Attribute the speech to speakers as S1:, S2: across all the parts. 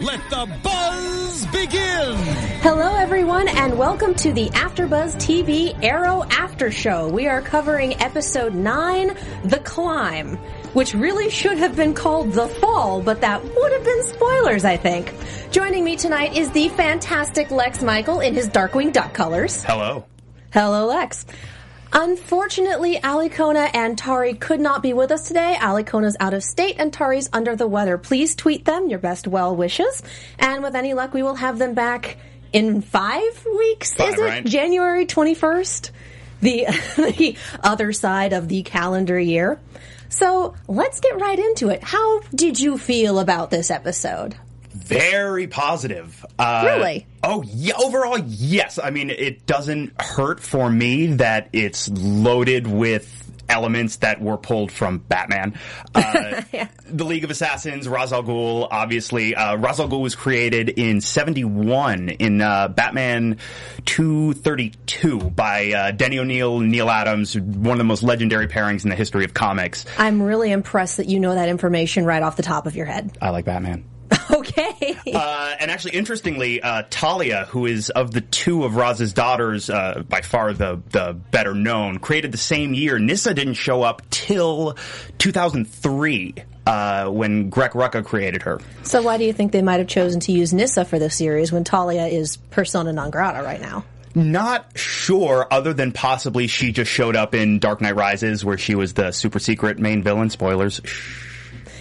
S1: let the buzz begin.
S2: Hello, everyone, and welcome to the AfterBuzz TV Arrow After Show. We are covering episode nine, "The Climb," which really should have been called "The Fall," but that would have been spoilers, I think. Joining me tonight is the fantastic Lex Michael in his Darkwing Duck colors.
S3: Hello.
S2: Hello, Lex. Unfortunately, Alicona and Tari could not be with us today. Alicona's out of state and Tari's under the weather. Please tweet them your best well wishes. And with any luck, we will have them back in five weeks,
S3: Five,
S2: is it?
S3: right?
S2: January 21st? The, the other side of the calendar year. So let's get right into it. How did you feel about this episode?
S3: Very positive. Uh,
S2: Really?
S3: Oh, yeah. Overall, yes. I mean, it doesn't hurt for me that it's loaded with elements that were pulled from Batman. Uh, The League of Assassins, Ra's al Ghul, obviously. Uh, Ra's al Ghul was created in 71 in uh, Batman 232 by uh, Denny O'Neill, Neil Adams, one of the most legendary pairings in the history of comics.
S2: I'm really impressed that you know that information right off the top of your head.
S3: I like Batman.
S2: Okay.
S3: Uh, and actually, interestingly, uh, Talia, who is of the two of Raz's daughters, uh, by far the the better known, created the same year. Nissa didn't show up till 2003 uh, when Greg Rucka created her.
S2: So why do you think they might have chosen to use Nissa for this series when Talia is persona non grata right now?
S3: Not sure, other than possibly she just showed up in Dark Knight Rises, where she was the super secret main villain. Spoilers.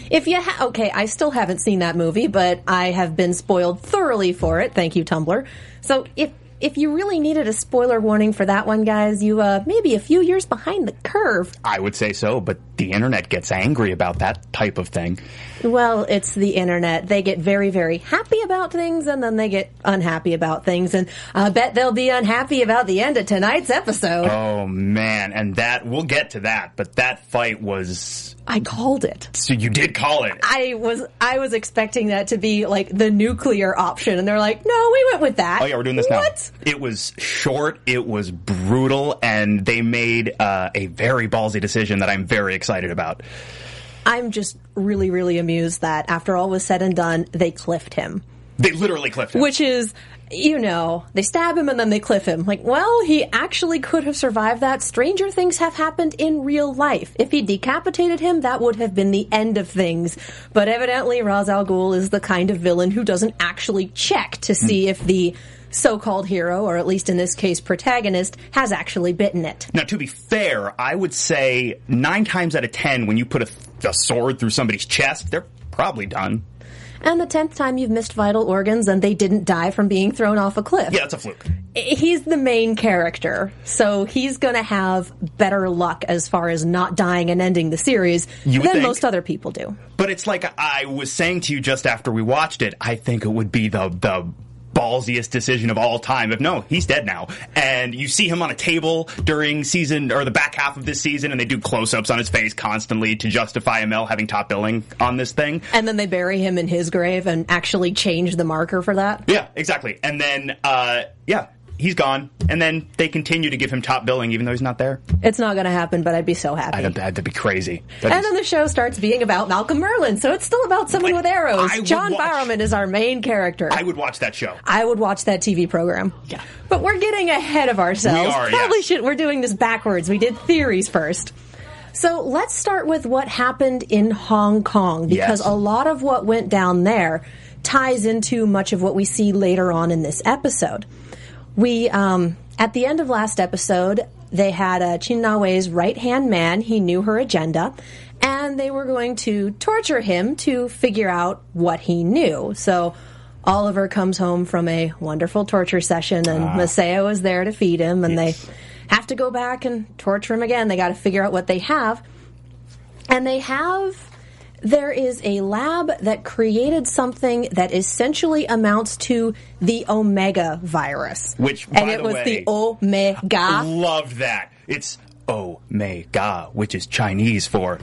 S2: If you ha- okay, I still haven't seen that movie, but I have been spoiled thoroughly for it. Thank you, Tumblr. So if if you really needed a spoiler warning for that one, guys, you uh maybe a few years behind the curve.
S3: I would say so, but the internet gets angry about that type of thing.
S2: Well, it's the internet. They get very, very happy about things, and then they get unhappy about things. And I bet they'll be unhappy about the end of tonight's episode.
S3: Oh man, and that we'll get to that, but that fight was
S2: I called it.
S3: So you did call it.
S2: I was I was expecting that to be like the nuclear option, and they're like, no, we went with that.
S3: Oh yeah, we're doing this now.
S2: What?
S3: It was short, it was brutal, and they made uh, a very ballsy decision that I'm very excited about.
S2: I'm just really, really amused that after all was said and done, they cliffed him,
S3: They literally clipped him.
S2: which is. You know, they stab him and then they cliff him. Like, well, he actually could have survived that. Stranger things have happened in real life. If he decapitated him, that would have been the end of things. But evidently, Ra's al Ghul is the kind of villain who doesn't actually check to see if the so called hero, or at least in this case, protagonist, has actually bitten it.
S3: now, to be fair, I would say nine times out of ten, when you put a, a sword through somebody's chest, they're probably done.
S2: And the tenth time you've missed vital organs and they didn't die from being thrown off a cliff.
S3: Yeah, that's a fluke.
S2: He's the main character, so he's gonna have better luck as far as not dying and ending the series
S3: You would
S2: than
S3: think.
S2: most other people do.
S3: But it's like I was saying to you just after we watched it, I think it would be the the ballsiest decision of all time. If no, he's dead now. And you see him on a table during season or the back half of this season and they do close ups on his face constantly to justify ML having top billing on this thing.
S2: And then they bury him in his grave and actually change the marker for that.
S3: Yeah, exactly. And then uh yeah. he's gone, and then they continue to give him top billing even though he's not there.
S2: It's not going to happen, but I'd be so happy.
S3: That'd, that'd be crazy.
S2: and then the show starts being about Malcolm Merlin, so it's still about someone
S3: Like,
S2: with arrows.
S3: I would
S2: John
S3: watch-
S2: Barrowman is our main character.
S3: I would watch that show.
S2: I would watch that TV program.
S3: Yeah.
S2: But we're getting ahead of ourselves.
S3: We are,
S2: Probably
S3: yes.
S2: should. We're doing this backwards. We did theories first. So let's start with what happened in Hong Kong because
S3: Yes.
S2: a lot of what went down there ties into much of what we see later on in this episode. We, um, at the end of last episode, they had uh, Chin Na Wei's right hand man. He knew her agenda, and they were going to torture him to figure out what he knew. So Oliver comes home from a wonderful torture session, and Maseo is there to feed him, and
S3: Yes.
S2: they have to go back and torture him again. They got to figure out what they have. And they have. There is a lab that created something that essentially amounts to the Omega virus.
S3: Which,
S2: and
S3: by
S2: it
S3: the
S2: was
S3: way-
S2: the Omega.
S3: Loved that. It's Omega, which is Chinese for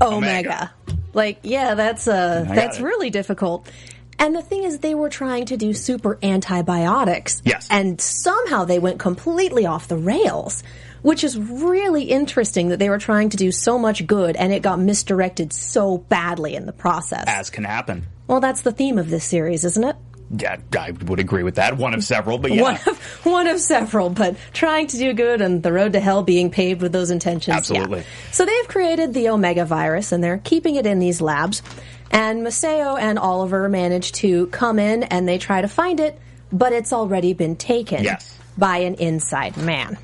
S2: Omega. Like, yeah, that's uh,
S3: got
S2: that's
S3: it.
S2: really difficult. And the thing is, they were trying to do super antibiotics.
S3: Yes.
S2: And somehow they went completely off the rails, which is really interesting that they were trying to do so much good and it got misdirected so badly in the process.
S3: as can happen.
S2: well, that's the theme of this series, isn't it?
S3: Yeah, I would agree with that. One of several, but yeah.
S2: One of one of several, but trying to do good and the road to hell being paved with those intentions.
S3: Absolutely.
S2: yeah. So they've created the Omega virus and they're keeping it in these labs. And Maseo and Oliver manage to come in and they try to find it, but it's already been taken
S3: Yes.
S2: by an inside man.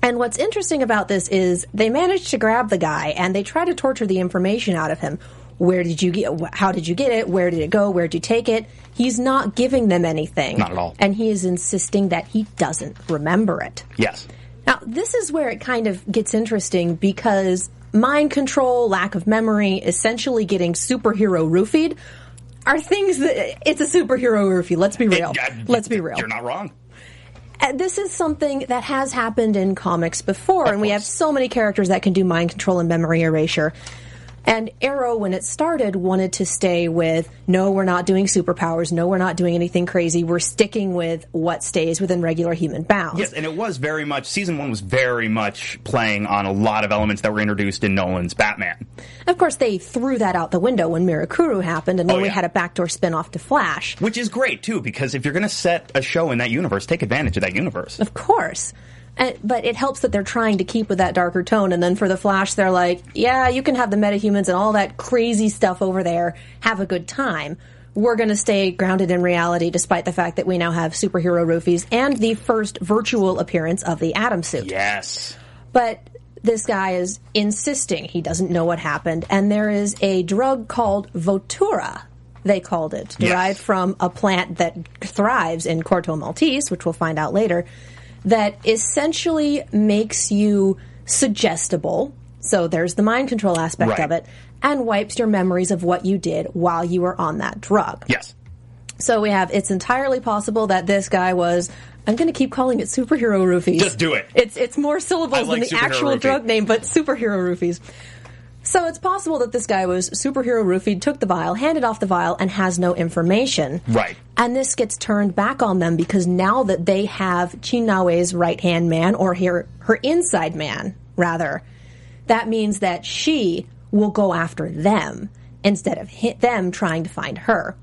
S2: And what's interesting about this is they manage to grab the guy and they try to torture the information out of him. Where did you get? wh- How did you get it? Where did it go? Where did you take it? He's not giving them anything.
S3: Not at all.
S2: And he is insisting that he doesn't remember it.
S3: yes.
S2: Now, this is where it kind of gets interesting because mind control, lack of memory, essentially getting superhero roofied are things that it's a superhero roofie. Let's be real.
S3: Yeah,
S2: Let's be real.
S3: You're not wrong.
S2: And Uh, this is something that has happened in comics before, and we have so many characters that can do mind control and memory erasure. And Arrow, when it started, wanted to stay with no, we're not doing superpowers, no, we're not doing anything crazy, we're sticking with what stays within regular human bounds.
S3: Yes, and it was very much season one was very much playing on a lot of elements that were introduced in Nolan's Batman.
S2: Of course, they threw that out the window when Mirakuru happened, and then
S3: Oh,
S2: we
S3: yeah.
S2: had a backdoor spin off to Flash.
S3: Which is great too, because if you're gonna set a show in that universe, take advantage of that universe.
S2: Of course. Uh, but it helps that they're trying to keep with that darker tone. And then for the Flash, they're like, yeah, you can have the metahumans and all that crazy stuff over there. Have a good time. We're going to stay grounded in reality despite the fact that we now have superhero roofies and the first virtual appearance of the Atom suit.
S3: Yes.
S2: But this guy is insisting he doesn't know what happened. And there is a drug called Votura, they called it,
S3: Yes.
S2: derived from a plant that thrives in Corto Maltese, which we'll find out later, that essentially makes you suggestible. So there's the mind control aspect
S3: Right.
S2: of it. And wipes your memories of what you did while you were on that drug.
S3: Yes.
S2: So we have it's entirely possible that this guy was. I'm going to keep calling it superhero roofies.
S3: Just do it.
S2: It's it's more syllables
S3: I
S2: than
S3: like
S2: the
S3: superhero
S2: actual
S3: roofie.
S2: drug name, but superhero roofies. So it's possible that this guy was superhero roofied, took the vial, handed off the vial, and has no information.
S3: Right.
S2: And this gets turned back on them because now that they have Chinawe's right hand man, or her her inside man, rather, that means that she will go after them instead of hit them trying to find her.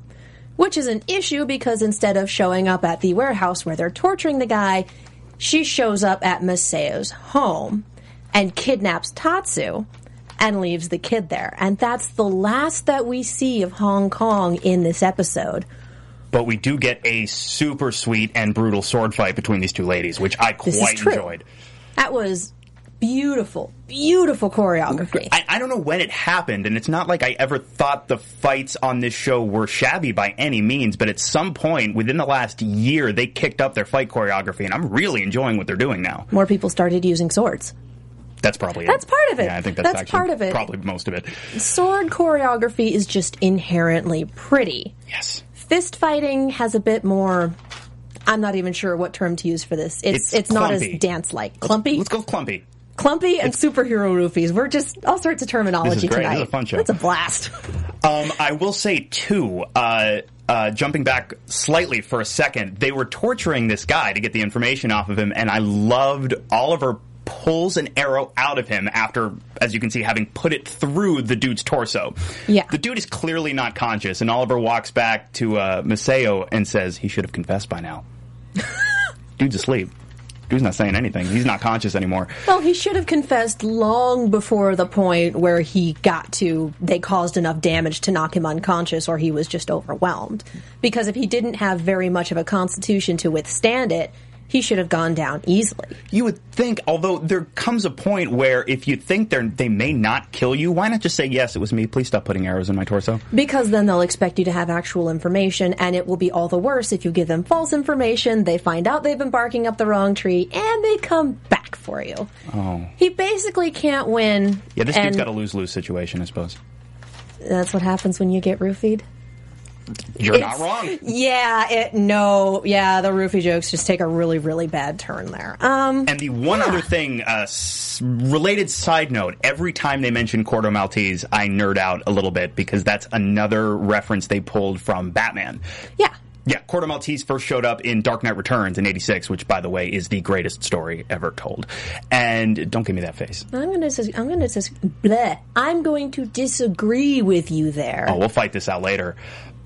S2: Which is an issue because instead of showing up at the warehouse where they're torturing the guy, she shows up at Masayo's home and kidnaps Tatsu and leaves the kid there. And that's the last that we see of Hong Kong in this episode.
S3: But we do get a super sweet and brutal sword fight between these two ladies, which I
S2: This
S3: quite
S2: is true.
S3: enjoyed.
S2: That was beautiful, beautiful choreography.
S3: I, I don't know when it happened, and it's not like I ever thought the fights on this show were shabby by any means, but at some point within the last year, they kicked up their fight choreography, and I'm really enjoying what they're doing now.
S2: More people started using swords.
S3: That's probably
S2: That's
S3: it.
S2: part of it.
S3: Yeah, I think that's,
S2: That's
S3: actually
S2: part of it.
S3: Probably most of it.
S2: Sword choreography is just inherently pretty.
S3: Yes.
S2: Fist fighting has a bit more. I'm not even sure what term to use for this. It's
S3: It's
S2: it's, not as
S3: clumpy.
S2: dance like. Clumpy,
S3: Let's go with clumpy.
S2: clumpy, and superhero roofies. We're just all sorts of terminology
S3: great. This
S2: tonight.
S3: is a fun show.
S2: That's a blast.
S3: Um, I will say too. Uh, uh, jumping back slightly for a second, they were torturing this guy to get the information off of him, and I loved Oliver pulls an arrow out of him after, as you can see, having put it through the dude's torso.
S2: Yeah.
S3: The dude is clearly not conscious, and Oliver walks back to uh, Maceo and says, He should have confessed by now. Dude's asleep. Dude's not saying anything. He's not conscious anymore.
S2: Well, he should have confessed long before the point where he got to they caused enough damage to knock him unconscious or he was just overwhelmed. Because if he didn't have very much of a constitution to withstand it, he should have gone down easily.
S3: You would think, although there comes a point where if you think they're, they may not kill you, why not just say, Yes, it was me. Please stop putting arrows in my torso.
S2: Because then they'll expect you to have actual information, and it will be all the worse if you give them false information, they find out they've been barking up the wrong tree, and they come back for you. Oh. He basically can't win.
S3: Yeah, this
S2: and
S3: dude's got a lose lose situation, I suppose.
S2: That's what happens when you get roofied.
S3: You're not wrong.
S2: Yeah, it no, yeah, the roofie jokes just take a really, really bad turn there. Um
S3: And the one other thing, uh, s- related side note: every time they mention Cordo Maltese, I nerd out a little bit because that's another reference they pulled from Batman.
S2: yeah.
S3: Yeah, Cordo Maltese first showed up in Dark Knight Returns in '86, which, by the way, is the greatest story ever told. And don't give me that face.
S2: I'm gonna dis- I'm gonna dis- bleh. I'm going to disagree with you there.
S3: Oh, we'll fight this out later.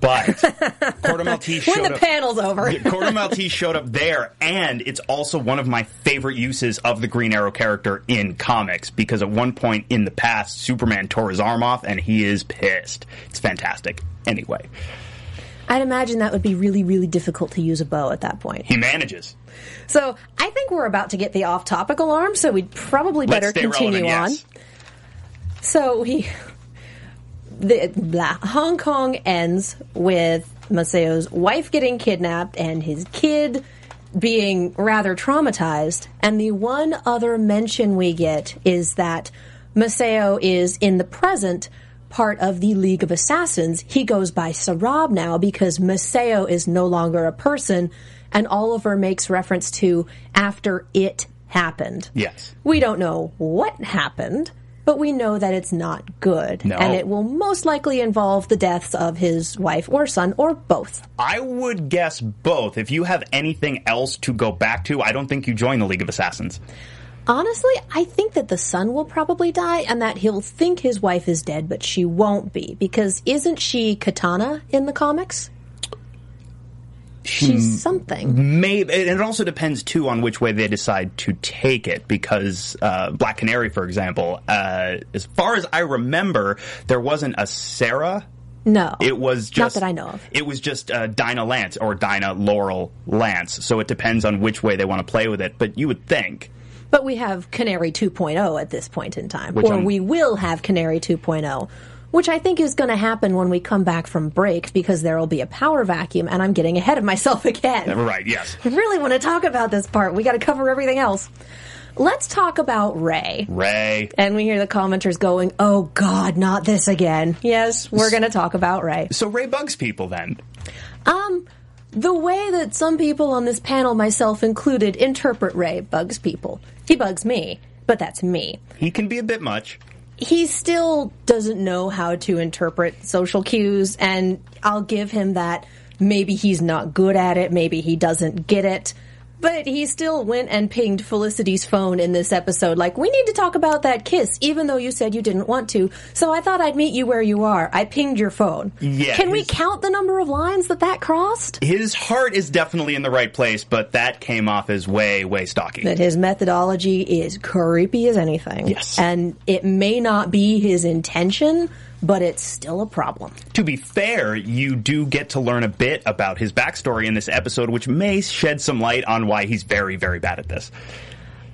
S3: But Cordo Maltese
S2: when
S3: showed
S2: the
S3: up.
S2: panel's over.
S3: Yeah, Corto Maltese showed up there, and it's also one of my favorite uses of the Green Arrow character in comics because at one point in the past, Superman tore his arm off and he is pissed. It's fantastic. Anyway,
S2: I'd imagine that would be really, really difficult to use a bow at that point.
S3: he manages.
S2: So I think we're about to get the off topic alarm, so we'd probably
S3: Let's
S2: better
S3: stay
S2: continue
S3: relevant,
S2: on.
S3: yes.
S2: So we the blah, Hong Kong ends with Maceo's wife getting kidnapped and his kid being rather traumatized. And the one other mention we get is that Maceo is in the present part of the League of Assassins. He goes by Sarab now because Maceo is no longer a person. And Oliver makes reference to after it happened.
S3: Yes.
S2: We don't know what happened, but we know that it's not good.
S3: No.
S2: And it will most likely involve the deaths of his wife or son or both.
S3: I would guess both. If you have anything else to go back to, I don't think you join the League of Assassins.
S2: Honestly, I think that the son will probably die and that he'll think his wife is dead, but she won't be. Because isn't she Katana in the comics?
S3: Hmm.
S2: She's something.
S3: Maybe, and it also depends too on which way they decide to take it. Because uh, Black Canary, for example, uh, as far as I remember, there wasn't a Sarah.
S2: No.
S3: It was
S2: Not
S3: just
S2: that I know of.
S3: It was just uh, Dinah Lance or Dinah Laurel Lance. So it depends on which way they want to play with it. But you would think
S2: But we have Canary 2.0 at this point in time.
S3: Which
S2: or
S3: I'm-
S2: we will have Canary 2.0, which I think is going to happen when we come back from break because there will be a power vacuum and I'm getting ahead of myself again.
S3: right? Yes,
S2: I really want to talk about this part. We got to cover everything else. Let's talk about Ray.
S3: Ray.
S2: And we hear the commenters going, "Oh god, not this again." Yes, we're going to talk about Ray.
S3: So Ray bugs people then.
S2: Um, the way that some people on this panel, myself included, interpret Ray bugs people. He bugs me, but that's me.
S3: He can be a bit much.
S2: He still doesn't know how to interpret social cues, and I'll give him that. Maybe he's not good at it, maybe he doesn't get it. But he still went and pinged Felicity's phone in this episode, like, we need to talk about that kiss, even though you said you didn't want to. So I thought I'd meet you where you are. I pinged your phone.
S3: Yeah,
S2: Can we
S3: he's-
S2: count the number of lines that that crossed?
S3: His heart is definitely in the right place, but that came off as way, way stocky.
S2: that his methodology is creepy as anything.
S3: Yes.
S2: And it may not be his intention, but it's still a problem.
S3: To be fair, you do get to learn a bit about his backstory in this episode, which may shed some light on why he's very, very bad at this.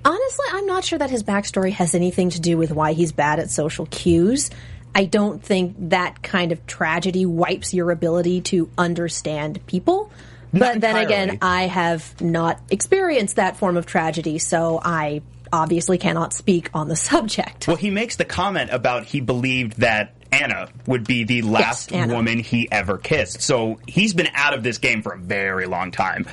S2: Honestly, I'm not sure that his backstory has anything to do with why he's bad at social cues. I don't think that kind of tragedy wipes your ability to understand people. but then
S3: entirely.
S2: again, I have not experienced that form of tragedy, so I obviously cannot speak on the subject.
S3: Well, he makes the comment about he believed that Anna would be the last
S2: Anna.
S3: woman he ever kissed. So he's been out of this game for a very long time.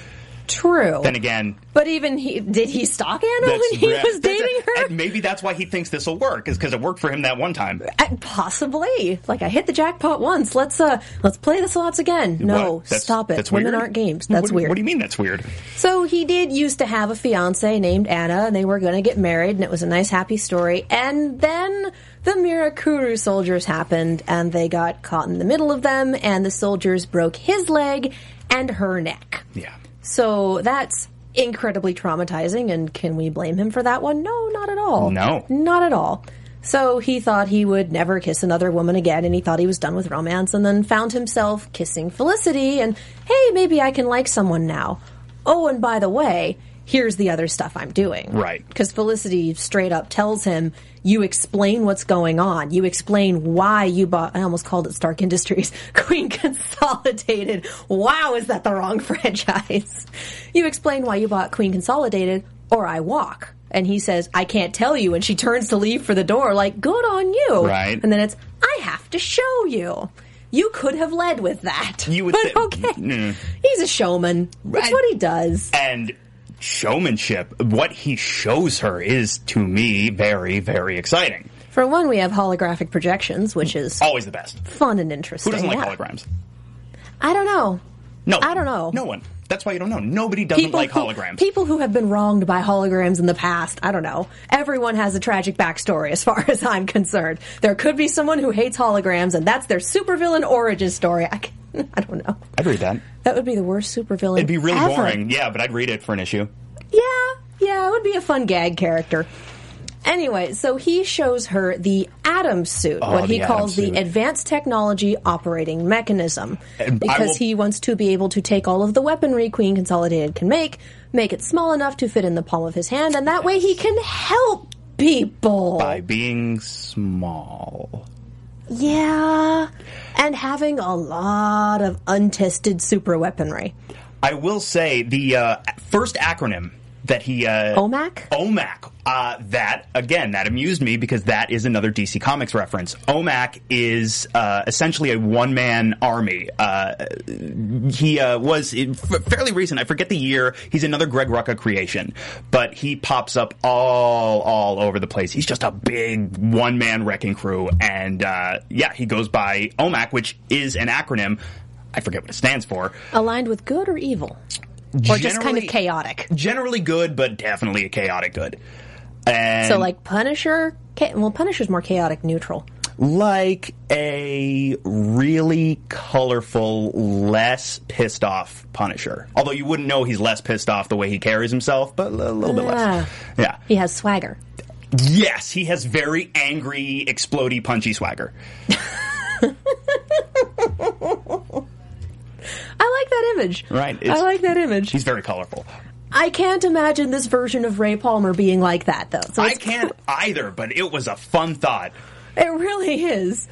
S2: True.
S3: Then again,
S2: but even he did he stalk Anna
S3: that's-
S2: when he
S3: yeah,
S2: was
S3: that's it.
S2: dating her?
S3: And maybe that's why he thinks this will work, is because it worked for him that one time.
S2: Uh, Possibly. Like I hit the jackpot once. Let's uh let's play this lots again. No,
S3: What? That's-
S2: stop it.
S3: that's
S2: Women
S3: weird?
S2: aren't games.
S3: What
S2: That's
S3: do-
S2: weird.
S3: What do you mean that's weird?
S2: So he did used to have a fiance named Anna, and they were going to get married, and it was a nice, happy story. And then the Mirakuru soldiers happened, and they got caught in the middle of them, and the soldiers broke his leg and her neck.
S3: Yeah.
S2: So that's incredibly traumatizing, and can we blame him for that one? No, not at all.
S3: No.
S2: Not at all. So he thought he would never kiss another woman again, and he thought he was done with romance, and then found himself kissing Felicity, and hey, maybe I can like someone now. Oh, and by the way, here's the other stuff I'm doing.
S3: Right.
S2: Because Felicity straight up tells him, you explain what's going on. You explain why you bought, I almost called it Stark Industries, Queen Consolidated. Wow, is that the wrong franchise? You explain why you bought Queen Consolidated, or I walk. And he says, I can't tell you. And she turns to leave for the door, like, good on you.
S3: Right.
S2: And then it's, I have to show you. You could have led with that.
S3: You would
S2: But
S3: thi-
S2: okay. He's a showman. That's
S3: Right.
S2: what he does.
S3: and showmanship what he shows her is to me very very exciting
S2: For one, we have holographic projections, which is
S3: always the best
S2: fun and
S3: who
S2: interesting.
S3: doesn't like
S2: yeah.
S3: holograms
S2: I don't know.
S3: no
S2: I don't know.
S3: no one that's why you don't know nobody doesn't like
S2: who,
S3: holograms
S2: People who have been wronged by holograms in the past. I don't know. Everyone has a tragic backstory, as far as I'm concerned. There could be someone who hates holograms, and that's their supervillain origin story. I, can, I don't know.
S3: i'd read that
S2: That would be the worst supervillain.
S3: it'd be really
S2: ever.
S3: boring yeah but i'd read it for an issue
S2: Yeah, yeah, it would be a fun gag character. Anyway, so he shows her the Atom suit, what
S3: Oh, the
S2: he
S3: Atom
S2: calls
S3: suit.
S2: the Advanced Technology Operating Mechanism,
S3: And I
S2: because
S3: will-
S2: he wants to be able to take all of the weaponry Queen Consolidated can make, make it small enough to fit in the palm of his hand, and that way he can help people.
S3: by being small
S2: Yeah, and having a lot of untested super weaponry.
S3: i will say the uh, first acronym that he uh,
S2: OMAC?
S3: OMAC. Uh, that again, that amused me because that is another DC Comics reference. OMAC is uh, essentially a one-man army. Uh, he uh, was in- f- fairly recent. I forget the year. He's another Greg Rucka creation, but he pops up all all over the place. He's just a big one-man wrecking crew, and uh, yeah, he goes by OMAC, which is an acronym. I forget what it stands for.
S2: Aligned with good or evil? Or just kind of
S3: Generally-
S2: chaotic?
S3: Generally good, but definitely a chaotic good. And
S2: So like Punisher, cha- well, Punisher's more chaotic neutral.
S3: like a really colorful, less pissed off Punisher. Although you wouldn't know he's less pissed off the way he carries himself, but a little bit less. Yeah.
S2: He has swagger.
S3: Yes, he has very angry, explodey, punchy swagger.
S2: I like that image.
S3: Right, it's-
S2: I like that image.
S3: He's very colorful.
S2: I can't imagine this version of Ray Palmer being like that though. So
S3: I
S2: it's-
S3: can't either, but it was a fun thought.
S2: It really is.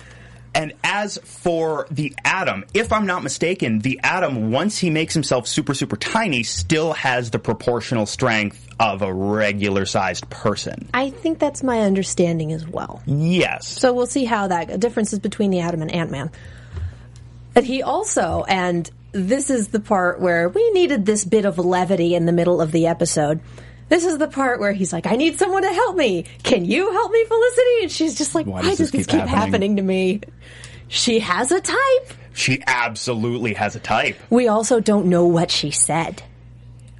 S3: And as for the atom, if I'm not mistaken, the atom, once he makes himself super, super tiny, still has the proportional strength of a regular sized person.
S2: I think that's my understanding as well.
S3: Yes.
S2: So we'll see how that differences between the Atom and Ant Man. And he also, and this is the part where we needed this bit of levity in the middle of the episode. This is the part where he's like, "I need someone to help me. Can you help me, Felicity?" And she's just like, "Why does, this, keep, happening? to me?" She has a type.
S3: She absolutely has a type.
S2: We also don't know what she said.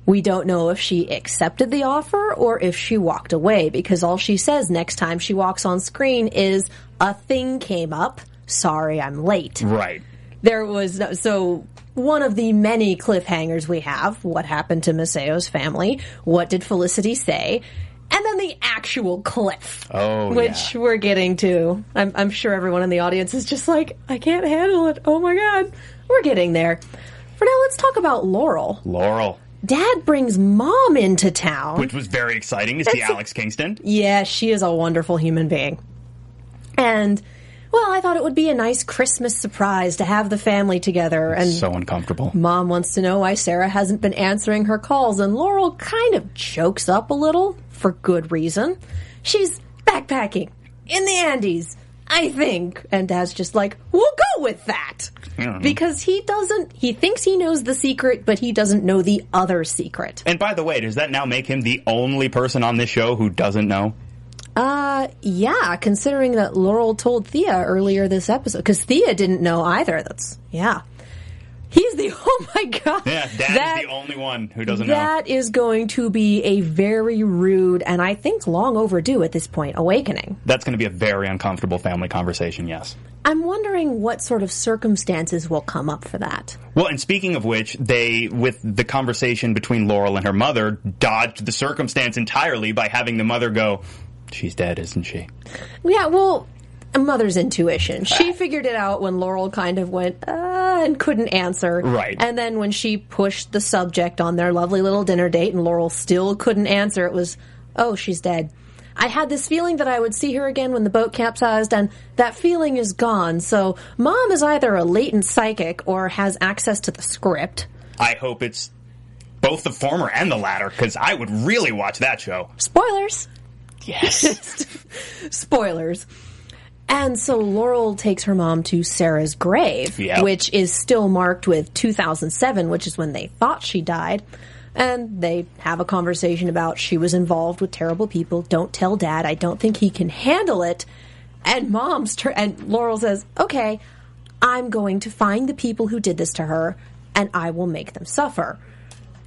S2: We don't know if she accepted the offer or if she walked away because all she says next time she walks on screen is a thing came up. Sorry, I'm late.
S3: Right.
S2: There was no, so one of the many cliffhangers we have. What happened to Maceo's family? What did Felicity say? And then the actual cliff,
S3: Oh,
S2: which
S3: yeah.
S2: we're getting to. I'm, I'm sure everyone in the audience is just like, I can't handle it. Oh my god, we're getting there. For now, let's talk about Laurel.
S3: Laurel.
S2: Dad brings mom into town.
S3: Which was very exciting to see
S2: That's a-
S3: Alex Kingston.
S2: Yeah, she is a wonderful human being. And, well, I thought it would be a nice Christmas surprise to have the family together. And
S3: So uncomfortable.
S2: mom wants to know why Sarah hasn't been answering her calls, and Laurel kind of chokes up a little for good reason. She's backpacking in the Andes, I think. And dad's just like, we'll go with that because he doesn't. He thinks he knows the secret, but he doesn't know the other secret.
S3: And by the way, does that now make him the only person on this show who doesn't know?
S2: Uh, yeah. Considering that Laurel told Thea earlier this episode, because Thea didn't know either. That's yeah. He's the oh my god.
S3: Yeah, Dad is
S2: That-
S3: the only one who doesn't
S2: That is going to be a very rude and I think long overdue at this point awakening.
S3: know. That's going to be a very uncomfortable family conversation, yes.
S2: I'm wondering what sort of circumstances will come up for that.
S3: Well, and speaking of which, they, with the conversation between Laurel and her mother, dodged the circumstance entirely by having the mother go, She's dead, isn't she?
S2: Yeah, well, a mother's intuition. She figured it out when Laurel kind of went, uh, and couldn't answer.
S3: Right.
S2: And then when she pushed the subject on their lovely little dinner date and Laurel still couldn't answer, it was, oh, she's dead. I had this feeling that I would see her again when the boat capsized, and that feeling is gone. So, mom is either a latent psychic or has access to the script.
S3: I hope it's both the former and the latter, because I would really watch that show.
S2: Spoilers! Yes. Spoilers. And so Laurel takes her mom to Sarah's grave,
S3: Yeah.
S2: which is still marked with 2007, which is when they thought she died. And they have a conversation about she was involved with terrible people. Don't tell dad. I don't think he can handle it. And mom's tur and Laurel says, "Okay, I'm going to find the people who did this to her and I will make them suffer."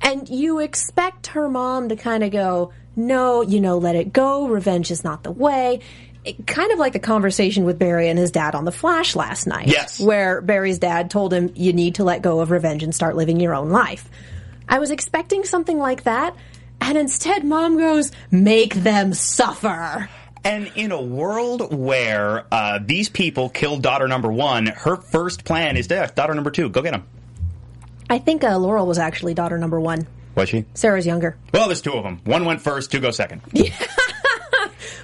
S2: And you expect her mom to kind of go, no, you know, let it go. Revenge is not the way. It, kind of like the conversation with Barry and his dad on The Flash last night.
S3: Yes.
S2: Where Barry's dad told him, you need to let go of revenge and start living your own life. I was expecting something like that. And instead, mom goes, make them suffer.
S3: And in a world where uh, these people killed daughter number one, her first plan is to daughter number two, go get him.
S2: I think uh, Laurel was actually daughter number one.
S3: Was she?
S2: Sarah's younger.
S3: Well, there's two of them. One went first, two go second.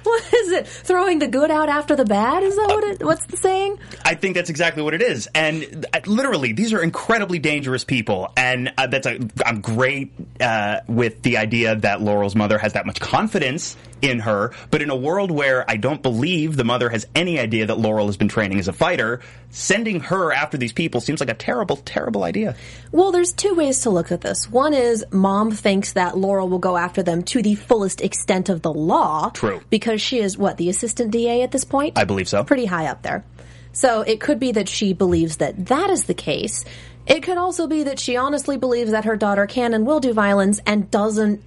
S2: What is it? Throwing the good out after the bad? Is that what it, what's the saying?
S3: I think that's exactly what it is. And uh, literally, these are incredibly dangerous people. And uh, that's a, I'm great uh, with the idea that Laurel's mother has that much confidence in her. But in a world where I don't believe the mother has any idea that Laurel has been training as a fighter, sending her after these people seems like a terrible, terrible idea.
S2: Well, there's two ways to look at this. One is mom thinks that Laurel will go after them to the fullest extent of the law.
S3: True.
S2: Because she is what, the assistant DA at this point?
S3: I believe so.
S2: Pretty high up there. So it could be that she believes that that is the case. It could also be that she honestly believes that her daughter can and will do violence and doesn't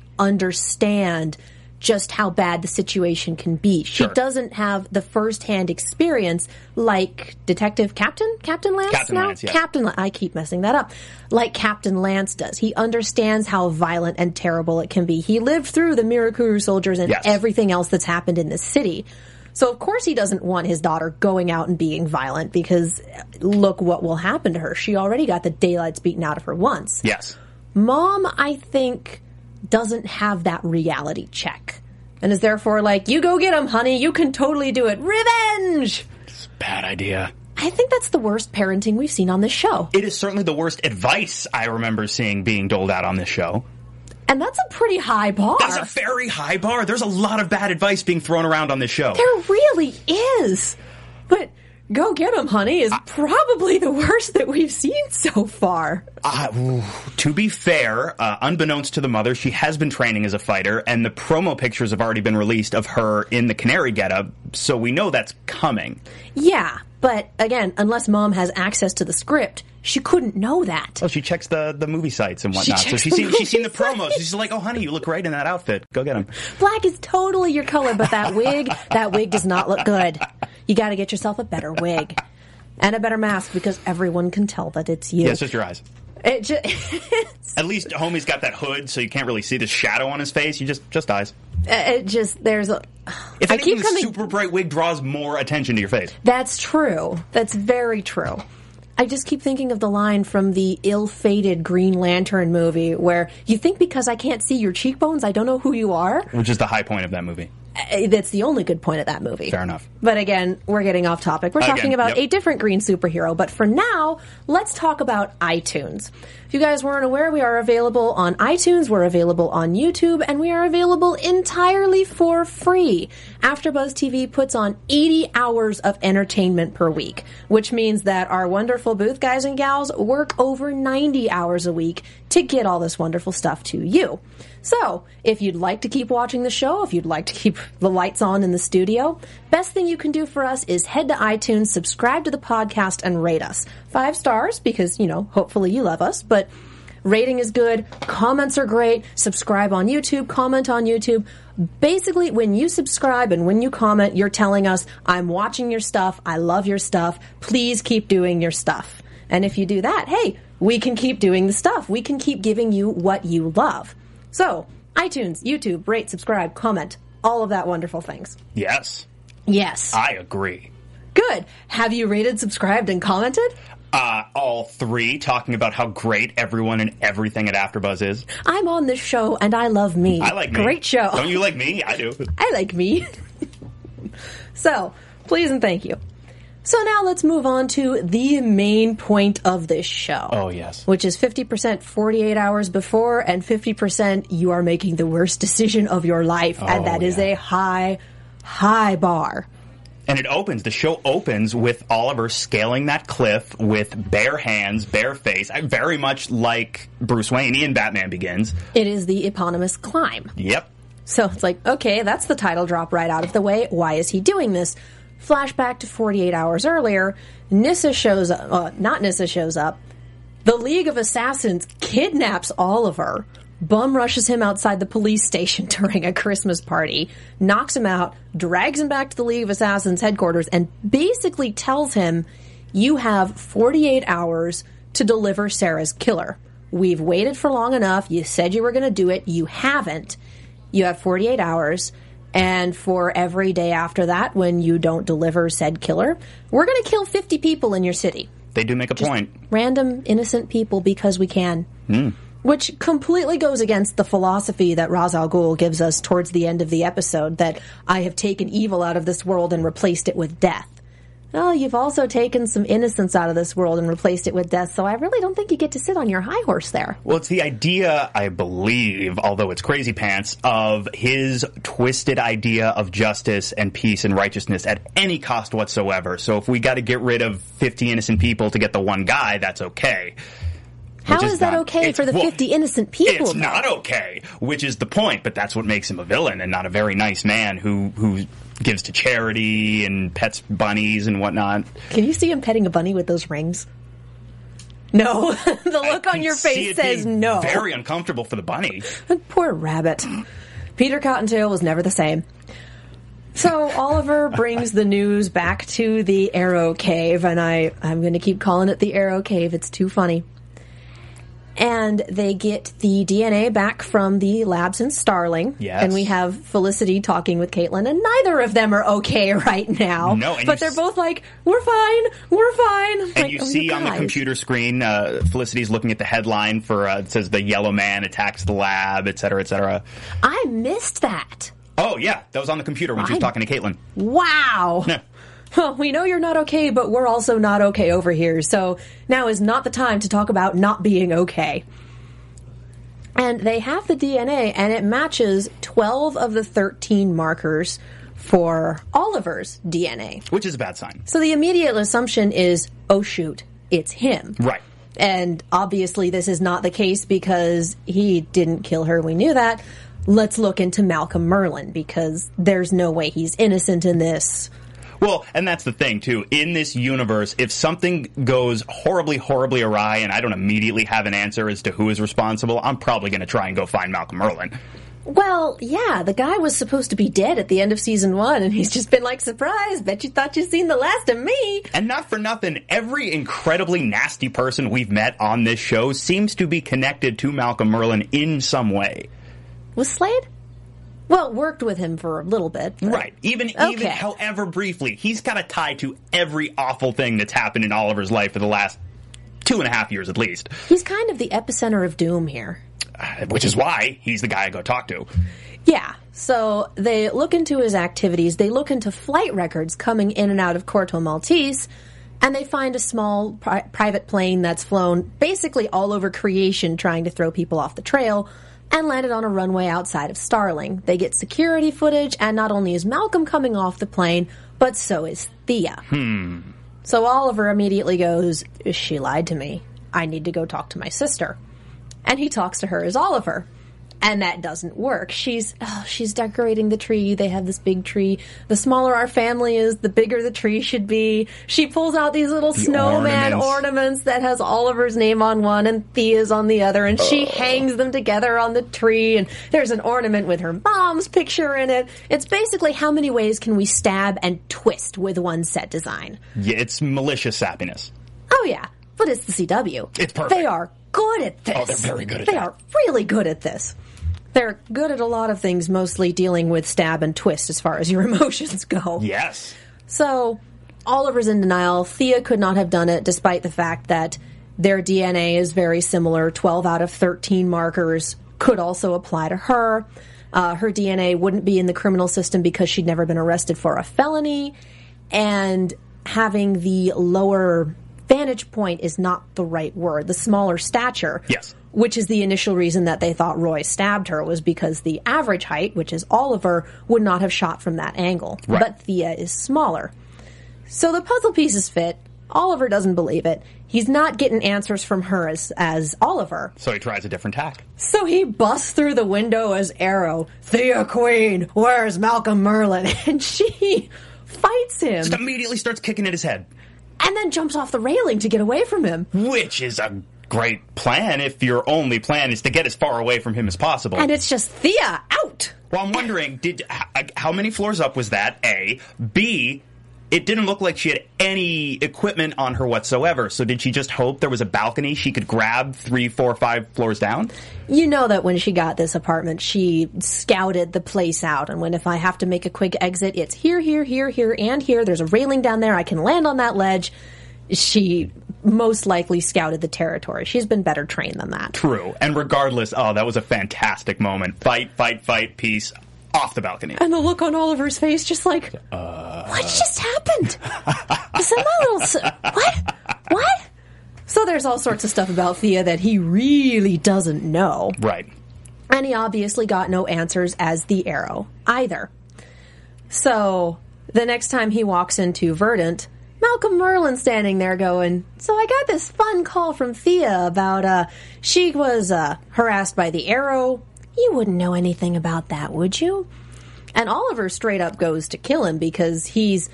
S2: understand just how bad the situation can be. She
S3: Sure.
S2: doesn't have the firsthand experience like Detective Captain Captain Lance
S3: Captain
S2: now?
S3: Lance, yes.
S2: Captain La- I keep messing that up. Like Captain Lance does. He understands how violent and terrible it can be. He lived through the Mirakuru soldiers and
S3: Yes.
S2: everything else that's happened in this city. So of course he doesn't want his daughter going out and being violent because uh, look what will happen to her. She already got the daylights beaten out of her once.
S3: Yes.
S2: Mom, I think, doesn't have that reality check. And is therefore like, you go get him, honey. You can totally do it. Revenge!
S3: Bad idea.
S2: I think that's the worst parenting we've seen on this show.
S3: It is certainly the worst advice I remember seeing being doled out on this show.
S2: And that's a pretty high bar.
S3: That's a very high bar. There's a lot of bad advice being thrown around on this show.
S2: there really is. But go get him, honey, is probably the worst that we've seen so far.
S3: Uh, ooh, to be fair, uh, unbeknownst to the mother, she has been training as a fighter, and the promo pictures have already been released of her in the canary getup, so we know that's coming.
S2: Yeah, but again, unless mom has access to the script, she couldn't know that.
S3: Oh, she checks the, the movie sites and whatnot. so
S2: checks
S3: she's
S2: the
S3: seen she's seen the
S2: movie
S3: promos.
S2: sites.
S3: She's like, "Oh, honey, you look great in that outfit. Go get him."
S2: Black is totally your color, but that wig, that wig does not look good. You got to get yourself a better wig and a better mask because everyone can tell that it's you.
S3: Yeah, it's just your eyes.
S2: It ju-
S3: At least homie's got that hood, so you can't really see the shadow on his face. You just just eyes.
S2: it just there's a
S3: If
S2: I
S3: anything,
S2: keep coming
S3: the super bright wig draws more attention to your face.
S2: That's true. That's very true. I just keep thinking of the line from the ill-fated Green Lantern movie where you think because I can't see your cheekbones, I don't know who you are.
S3: which is the high point of that movie.
S2: Uh, That's the only good point of that movie.
S3: Fair enough.
S2: But again, we're getting off topic. We're
S3: Again,
S2: talking about
S3: yep.
S2: a different green superhero. But for now, let's talk about iTunes. If you guys weren't aware, we are available on iTunes, we're available on YouTube, and we are available entirely for free. AfterBuzz TV puts on 80 hours of entertainment per week, which means that our wonderful booth guys and gals work over 90 hours a week to get all this wonderful stuff to you. So, if you'd like to keep watching the show, if you'd like to keep the lights on in the studio, best thing you can do for us is head to iTunes, subscribe to the podcast, and rate us. Five stars, because, you know, hopefully you love us, but rating is good, comments are great, subscribe on YouTube, comment on YouTube. Basically, when you subscribe and when you comment, you're telling us, I'm watching your stuff, I love your stuff, please keep doing your stuff. And if you do that, hey, we can keep doing the stuff. We can keep giving you what you love. So, iTunes, YouTube, rate, subscribe, comment, all of that wonderful things.
S3: Yes,
S2: Yes.
S3: I agree.
S2: Good. Have you rated, subscribed, and commented?
S3: Uh, all three talking about how great everyone and everything at AfterBuzz is.
S2: I'm on this show and I love me.
S3: I like me.
S2: Great show.
S3: Don't you like me? I do.
S2: I like me. so, please and thank you. So now let's move on to the main point of this show.
S3: Oh, yes.
S2: Which is 50% 48 hours before and 50% you are making the worst decision of your life and
S3: Oh,
S2: that is
S3: yeah.
S2: a high high bar.
S3: And it opens, the show opens with Oliver scaling that cliff with bare hands, bare face, I- very much like Bruce Wayne in Batman Begins.
S2: It is the eponymous climb.
S3: Yep.
S2: So it's like, okay, that's the title drop right out of the way. Why is he doing this? Flashback to 48 hours earlier. Nissa shows up, uh, not Nissa shows up. The League of Assassins kidnaps Oliver, bum rushes him outside the police station during a Christmas party, knocks him out, drags him back to the League of Assassins headquarters, and basically tells him, You have 48 hours to deliver Sarah's killer. We've waited for long enough. You said you were going to do it. You haven't. You have 48 hours. And for every day after that, when you don't deliver said killer, we're going to kill 50 people in your city.
S3: They do make a point.
S2: Random, innocent people because we can.
S3: Hmm.
S2: Which completely goes against the philosophy that Ra's al Ghul gives us towards the end of the episode that I have taken evil out of this world and replaced it with death. Well, you've also taken some innocence out of this world and replaced it with death, so I really don't think you get to sit on your high horse there.
S3: Well, it's the idea, I believe, although it's crazy pants, of his twisted idea of justice and peace and righteousness at any cost whatsoever. So if we got to get rid of 50 innocent people to get the one guy, that's okay.
S2: How
S3: Which
S2: is, that
S3: not-
S2: okay
S3: it's-
S2: for the
S3: well,
S2: 50 innocent people?
S3: It's not okay, which is the point, but that's what makes him a villain and not a very nice man who who gives to charity and pets bunnies and whatnot.
S2: Can you see him petting a bunny with those rings? No. the look on your
S3: See
S2: face
S3: it
S2: says
S3: being
S2: no.
S3: Very uncomfortable for the bunny.
S2: Poor rabbit. Peter Cottontail was never the same. So Oliver brings the news back to the Arrow Cave, and I, I'm going to keep calling it the Arrow Cave. It's too funny. And they get the DNA back from the labs in Starling.
S3: Yes.
S2: And we have Felicity talking with Caitlin, and neither of them are okay right now.
S3: No, and
S2: but
S3: you
S2: they're
S3: s-
S2: both like, "We're fine, we're fine." I'm
S3: And
S2: like,
S3: you
S2: "Oh,
S3: see on the
S2: guys."
S3: computer screen, uh, Felicity's looking at the headline for uh, it says the Yellow Man attacks the lab, et cetera, et cetera.
S2: I missed that.
S3: Oh yeah, that was on the computer when she was
S2: I-
S3: talking to Caitlin.
S2: Wow. Well, we know you're not okay, but we're also not okay over here. So now is not the time to talk about not being okay. And they have the DNA, and it matches 12 of the 13 markers for Oliver's DNA.
S3: which is a bad sign,
S2: So the immediate assumption is oh, shoot, it's him.
S3: right?
S2: And obviously, this is not the case because he didn't kill her. We knew that. Let's look into Malcolm Merlin because there's no way he's innocent in this.
S3: Well, and that's the thing too. In this universe, if something goes horribly, horribly awry, and I don't immediately have an answer as to who is responsible, I'm probably going to try and go find Malcolm Merlin.
S2: Well, yeah, the guy was supposed to be dead at the end of season one, and he's just been like, surprise, bet you thought you'd seen the last of me.
S3: And not for nothing, every incredibly nasty person we've met on this show seems to be connected to Malcolm Merlin in some way.
S2: Was Slade? Well, worked with him for a little bit. but-
S3: Right. Even even
S2: Okay.
S3: however briefly, he's got a tie to every awful thing that's happened in Oliver's life for the last two and a half years at least. uh,
S2: He's kind of the epicenter of doom here.
S3: which is why he's the guy I go talk to.
S2: Yeah. So they look into his activities, they look into flight records coming in and out of Corto Maltese, and they find a small pri- private plane that's flown basically all over creation trying to throw people off the trail and landed on a runway outside of Starling. They get security footage, and not only is Malcolm coming off the plane, but so is Thea. So Oliver immediately goes, She lied to me. I need to go talk to my sister. And he talks to her as Oliver. And that doesn't work. She's oh, she's decorating the tree. They have this big tree. The smaller our family is, the bigger the tree should be. She pulls out these little snowman
S3: ornaments.
S2: ornaments. that has Oliver's name on one and Thea's on the other, and she hangs them together on the tree. And there's an ornament with her mom's picture in it. It's basically how many ways can we stab and twist with one set design.
S3: Yeah, it's malicious sappiness.
S2: Oh yeah, but it's the CW.
S3: It's perfect.
S2: They are good at this.
S3: Oh, they're very good at
S2: They
S3: that.
S2: are really good at this. They're good at a lot of things, mostly dealing with stab and twist as far as your emotions go.
S3: Yes.
S2: So Oliver's in denial. Thea could not have done it, despite the fact that their DNA is very similar. 12 out of 13 markers could also apply to her. Uh, her DNA wouldn't be in the criminal system because she'd never been arrested for a felony. And having the lower vantage point is not the right word, the smaller stature.
S3: Yes.
S2: Which is the initial reason that they thought Roy stabbed her was because the average height, which is Oliver, would not have shot from that angle.
S3: Right.
S2: But Thea is smaller. So the puzzle pieces fit. Oliver doesn't believe it. He's not getting answers from her as, as Oliver.
S3: So he tries a different tack.
S2: So he busts through the window as Arrow. Thea Queen, where's Malcolm Merlin? And she fights him
S3: Just immediately starts kicking at his head,
S2: and then jumps off the railing to get away from him.
S3: which is a great plan if your only plan is to get as far away from him as possible.
S2: And it's just Thea out.
S3: Well, I'm wondering, did h- how many floors up was that? A, B. It didn't look like she had any equipment on her whatsoever. So did she just hope there was a balcony she could grab three, four, five floors down?
S2: You know that when she got this apartment, she scouted the place out and went, if I have to make a quick exit, it's here, here, here, here, and here. There's a railing down there. I can land on that ledge. She most likely scouted the territory. She's been better trained than that.
S3: True. And regardless, oh, that was a fantastic moment. Fight, fight, fight, peace, off the balcony.
S2: And the look on Oliver's face, just like, what just happened? Is that my little s- what? What? So there's all sorts of stuff about Thea that he really doesn't know.
S3: Right.
S2: And he obviously got no answers as the arrow either. So the next time he walks into Verdant, Malcolm Merlin standing there going, So I got this fun call from Thea about uh she was uh harassed by the arrow. You wouldn't know anything about that, would you? And Oliver straight up goes to kill him because he's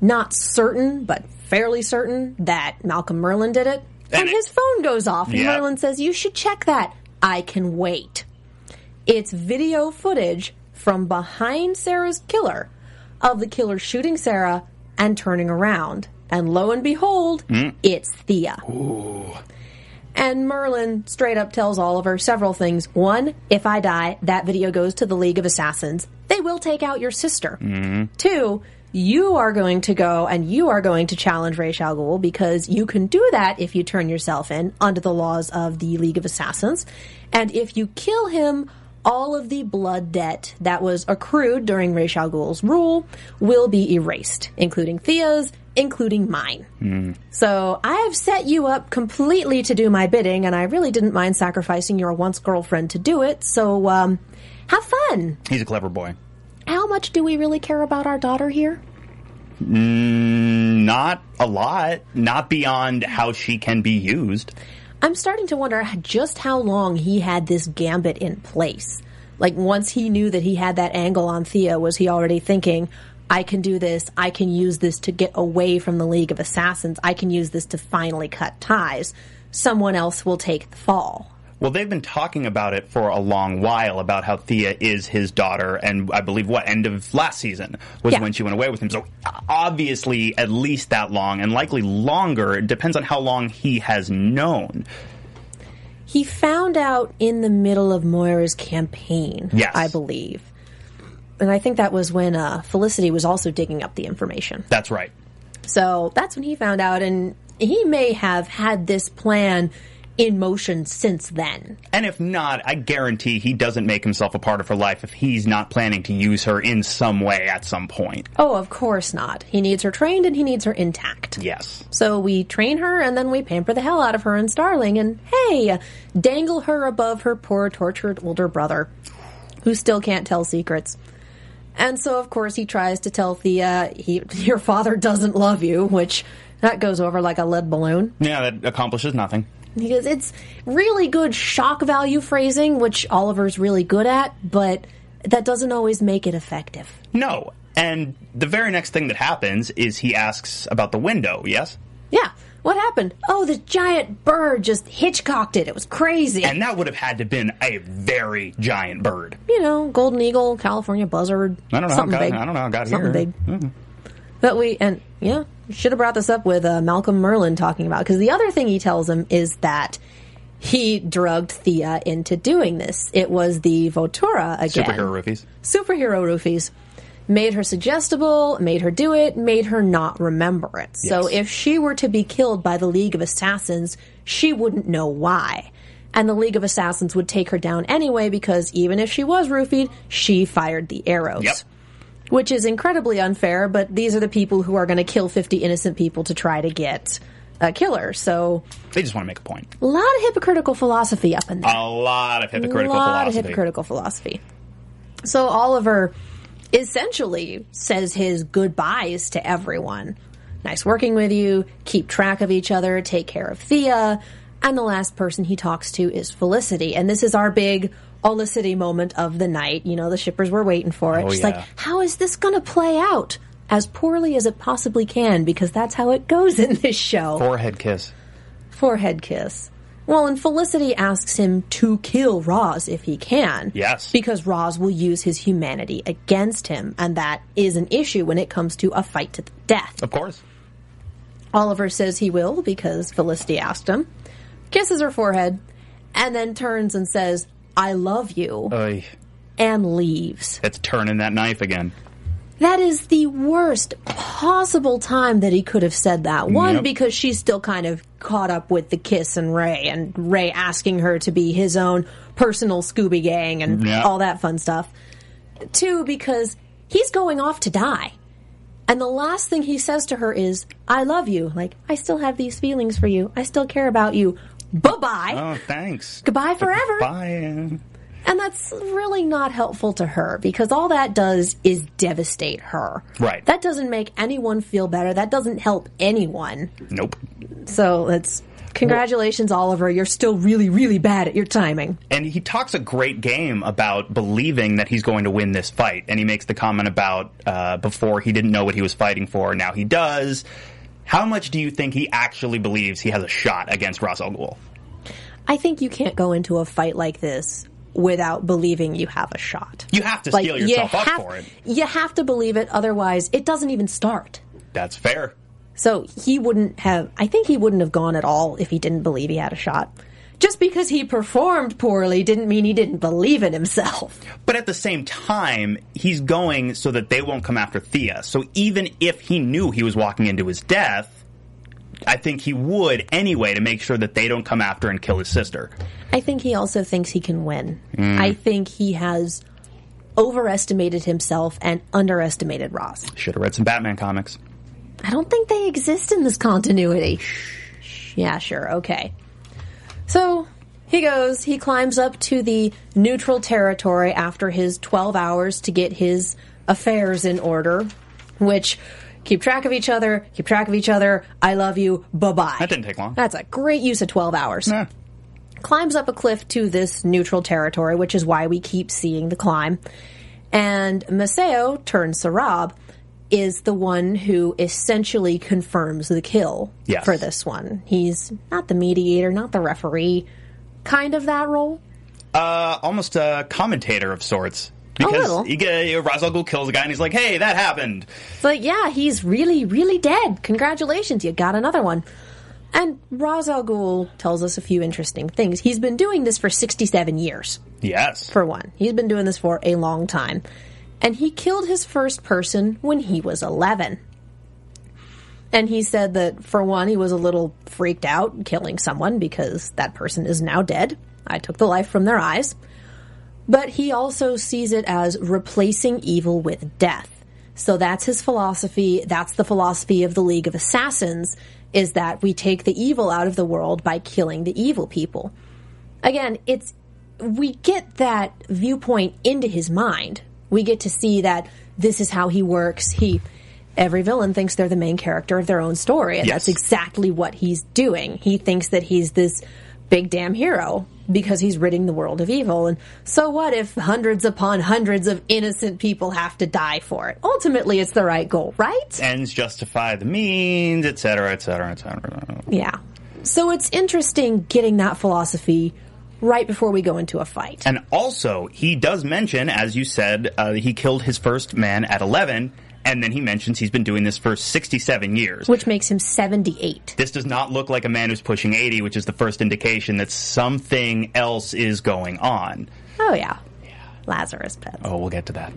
S2: not certain, but fairly certain that Malcolm Merlin did it. And,
S3: And it-
S2: his phone goes off, and
S3: Yeah.
S2: Merlin says, You should check that. I can wait. It's video footage from behind Sarah's killer of the killer shooting Sarah and turning around. And lo and behold, it's Thea. And Merlin straight up tells Oliver several things. One, if I die, that video goes to the League of Assassins. They will take out your sister. Two, you are going to go and you are going to challenge Ra's al Ghul because you can do that if you turn yourself in under the laws of the League of Assassins. And if you kill him, all of the blood debt that was accrued during Ra's al Ghul's rule will be erased, including Thea's, including mine. So I have set you up completely to do my bidding, and I really didn't mind sacrificing your once girlfriend to do it. So um, have fun.
S3: He's a clever boy.
S2: How much do we really care about our daughter here?
S3: Mm, Not a lot. Not beyond how she can be used.
S2: I'm starting to wonder just how long he had this gambit in place. Like, once he knew that he had that angle on Thea, was he already thinking, I can do this, I can use this to get away from the League of Assassins, I can use this to finally cut ties? Someone else will take the fall.
S3: Well, they've been talking about it for a long while about how Thea is his daughter, and I believe what end of last season was
S2: Yeah.
S3: when she went away with him. So obviously, at least that long, and likely longer. It depends on how long he has known.
S2: He found out in the middle of Moira's campaign,
S3: Yes.
S2: I believe. And I think that was when uh, Felicity was also digging up the information.
S3: That's right.
S2: So that's when he found out, and he may have had this plan in motion since then.
S3: And if not, I guarantee he doesn't make himself a part of her life if he's not planning to use her in some way at some point.
S2: Oh, of course not. He needs her trained and he needs her intact.
S3: Yes.
S2: So we train her and then we pamper the hell out of her and Starling and hey, dangle her above her poor tortured older brother who still can't tell secrets. And so of course he tries to tell Thea he, your father doesn't love you, which that goes over like a lead balloon.
S3: Yeah, that accomplishes nothing.
S2: He goes, it's really good shock value phrasing, which Oliver's really good at, but that doesn't always make it effective.
S3: No. And the very next thing that happens is he asks about the window, yes?
S2: Yeah. What happened? Oh, the giant bird just Hitchcocked it. It was crazy.
S3: And that would have had to been a very giant bird.
S2: you know, golden eagle, California buzzard.
S3: I don't know how it
S2: Something
S3: got,
S2: big.
S3: I don't know how it got
S2: something
S3: here. Mm-hmm.
S2: big. But we and yeah, should have brought this up with uh, Malcolm Merlin talking about because the other thing he tells him is that he drugged Thea into doing this. It was the Votura again.
S3: Superhero roofies.
S2: Superhero roofies. Made her suggestible, made her do it, made her not remember it. So
S3: Yes.
S2: if she were to be killed by the League of Assassins, she wouldn't know why. And the League of Assassins would take her down anyway because even if she was roofied, she fired the arrows
S3: Yep.
S2: which is incredibly unfair, but these are the people who are going to kill 50 innocent people to try to get a killer. So,
S3: They just want to make a point.
S2: a lot of hypocritical philosophy up in there.
S3: A lot of hypocritical
S2: a lot
S3: philosophy.
S2: of hypocritical philosophy. So, Oliver essentially says his goodbyes to everyone. Nice working with you, keep track of each other, take care of Thea. And the last person he talks to is Felicity. And this is our big Olicity moment of the night. You know, the shippers were waiting for it.
S3: Oh,
S2: She's
S3: yeah.
S2: like, how is this going to play out? As poorly as it possibly can, because that's how it goes in this show.
S3: Forehead kiss.
S2: Forehead kiss. Well, and Felicity asks him to kill Roz if he can.
S3: Yes.
S2: Because Roz will use his humanity against him, and that is an issue when it comes to a fight to the death.
S3: Of course.
S2: Oliver says he will because Felicity asked him, kisses her forehead, and then turns and says, I love you,
S3: Oy.
S2: and leaves.
S3: It's turning that knife again.
S2: That is the worst possible time that he could have said that. One,
S3: Yep.
S2: because she's still kind of caught up with the kiss and Ray, and Ray asking her to be his own personal Scooby Gang and
S3: Yeah.
S2: all that fun stuff. Two, because he's going off to die. And the last thing he says to her is, I love you. Like, I still have these feelings for you. I still care about you. Bye bye.
S3: Oh, thanks.
S2: Goodbye forever.
S3: Bye.
S2: And that's really not helpful to her because all that does is devastate her.
S3: Right.
S2: That doesn't make anyone feel better. That doesn't help anyone.
S3: Nope.
S2: So it's congratulations, Oliver. You're still really, really bad at your timing.
S3: And he talks a great game about believing that he's going to win this fight. And he makes the comment about uh, before he didn't know what he was fighting for, now he does. How much do you think he actually believes he has a shot against Ra's al Ghul?
S2: I think you can't go into a fight like this without believing you have a shot.
S3: You have to
S2: Like,
S3: steel
S2: you
S3: yourself up
S2: have-
S3: for it.
S2: You have to believe it, otherwise, it doesn't even start.
S3: That's fair.
S2: So he wouldn't have, I think he wouldn't have gone at all if he didn't believe he had a shot. Just because he performed poorly didn't mean he didn't believe in himself.
S3: But at the same time, he's going so that they won't come after Thea. So even if he knew he was walking into his death, I think he would anyway to make sure that they don't come after and kill his sister.
S2: I think he also thinks he can win. I think he has overestimated himself and underestimated Ross.
S3: Should have read some Batman comics.
S2: I don't think they exist in this continuity. Yeah, sure, okay. So he goes, he climbs up to the neutral territory after his 12 hours to get his affairs in order, which keep track of each other, keep track of each other, I love you, bye bye.
S3: That didn't take long.
S2: That's a great use of 12 hours. Climbs up a cliff to this neutral territory, which is why we keep seeing the climb. And Maseo, turned Sarab, is the one who essentially confirms the kill
S3: Yes.
S2: for this one. He's not the mediator, not the referee, kind of that role.
S3: Uh, almost a commentator of sorts. Because
S2: little.
S3: he, uh, Ra's al Ghul kills a guy and he's like, hey, that happened.
S2: But yeah, he's really, really dead. Congratulations, you got another one. And Ra's al Ghul tells us a few interesting things. He's been doing this for 67 years.
S3: Yes.
S2: for one. He's been doing this for a long time. And he killed his first person when he was 11. And he said that for one, he was a little freaked out killing someone because that person is now dead. I took the life from their eyes. But he also sees it as replacing evil with death. So that's his philosophy. That's the philosophy of the League of Assassins is that we take the evil out of the world by killing the evil people. Again, it's we get that viewpoint into his mind. We get to see that this is how he works. He every villain thinks they're the main character of their own story, and
S3: Yes.
S2: that's exactly what he's doing. He thinks that he's this big damn hero because he's ridding the world of evil. And so what if hundreds upon hundreds of innocent people have to die for it? Ultimately, it's the right goal, right?
S3: Ends justify the means, et cetera, et cetera, et cetera.
S2: Yeah. So it's interesting getting that philosophy right before we go into a fight.
S3: And also, he does mention, as you said, uh, he killed his first man at 11, and then he mentions he's been doing this for 67 years.
S2: which makes him 78.
S3: this does not look like a man who's pushing 80, which is the first indication that something else is going on.
S2: Oh, yeah. Lazarus pit.
S3: Oh, we'll get to that.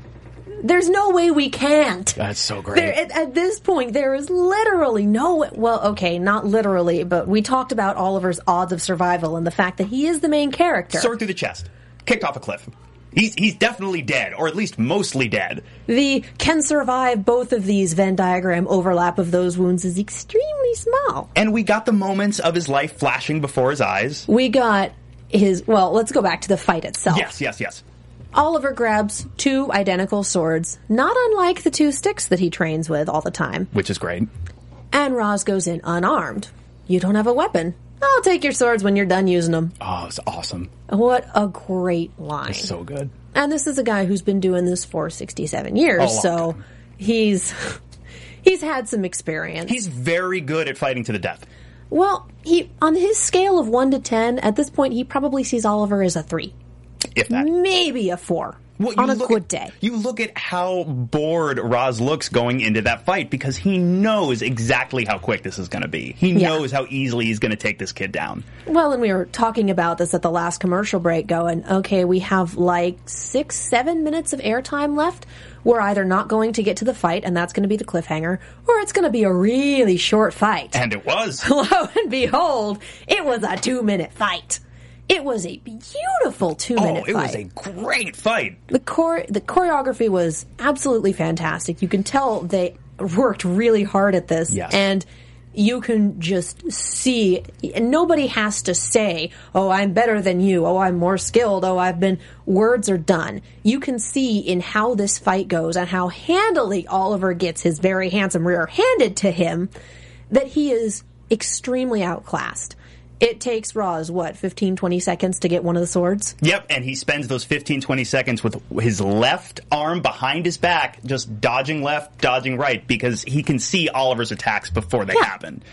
S2: There's no way we can't.
S3: That's so great.
S2: There, at, at this point, there is literally no. way- Well, okay, not literally, but we talked about Oliver's odds of survival and the fact that he is the main character.
S3: Sword through the chest, kicked off a cliff. He's, he's definitely dead, or at least mostly dead.
S2: the can survive both of these Venn diagram overlap of those wounds is extremely small.
S3: And we got the moments of his life flashing before his eyes.
S2: We got his. Well, let's go back to the fight itself.
S3: Yes, yes, yes.
S2: Oliver grabs two identical swords, not unlike the two sticks that he trains with all the time.
S3: Which is great.
S2: And Roz goes in unarmed. You don't have a weapon. I'll take your swords when you're done using them.
S3: Oh, it's awesome.
S2: What a great line.
S3: So good.
S2: and this is a guy who's been doing this for 67 years,
S3: A long
S2: so
S3: time.
S2: he's he's had some experience.
S3: He's very good at fighting to the death.
S2: well, he on his scale of 1 to 10, at this point he probably sees Oliver as a 3,
S3: If that.
S2: maybe a 4
S3: Well, you
S2: on a
S3: look
S2: good
S3: at-
S2: day.
S3: You look at how bored Roz looks going into that fight because he knows exactly how quick this is going to be. He
S2: Yeah.
S3: knows how easily he's going to take this kid down.
S2: Well, and we were talking about this at the last commercial break, going, okay, we have like six, seven minutes of airtime left. We're either not going to get to the fight, and that's going to be the cliffhanger, or it's going to be a really short fight.
S3: And it was.
S2: Lo and behold, it was a two minute fight. It was a beautiful two
S3: oh,
S2: minute
S3: it
S2: fight.
S3: was a great fight.
S2: The chor- the choreography was absolutely fantastic. You can tell they worked really hard at this,
S3: Yes.
S2: and you can just see. And nobody has to say, "Oh, I'm better than you." "Oh, I'm more skilled." "Oh, I've been." Words are done. You can see in how this fight goes and how handily Oliver gets his very handsome rear handed to him that he is extremely outclassed. It takes Roz, what, 15, 20 seconds to get one of the swords?
S3: Yep, and he spends those 15, 20 seconds with his left arm behind his back, just dodging left, dodging right, because he can see Oliver's attacks before they
S2: Yeah.
S3: happen.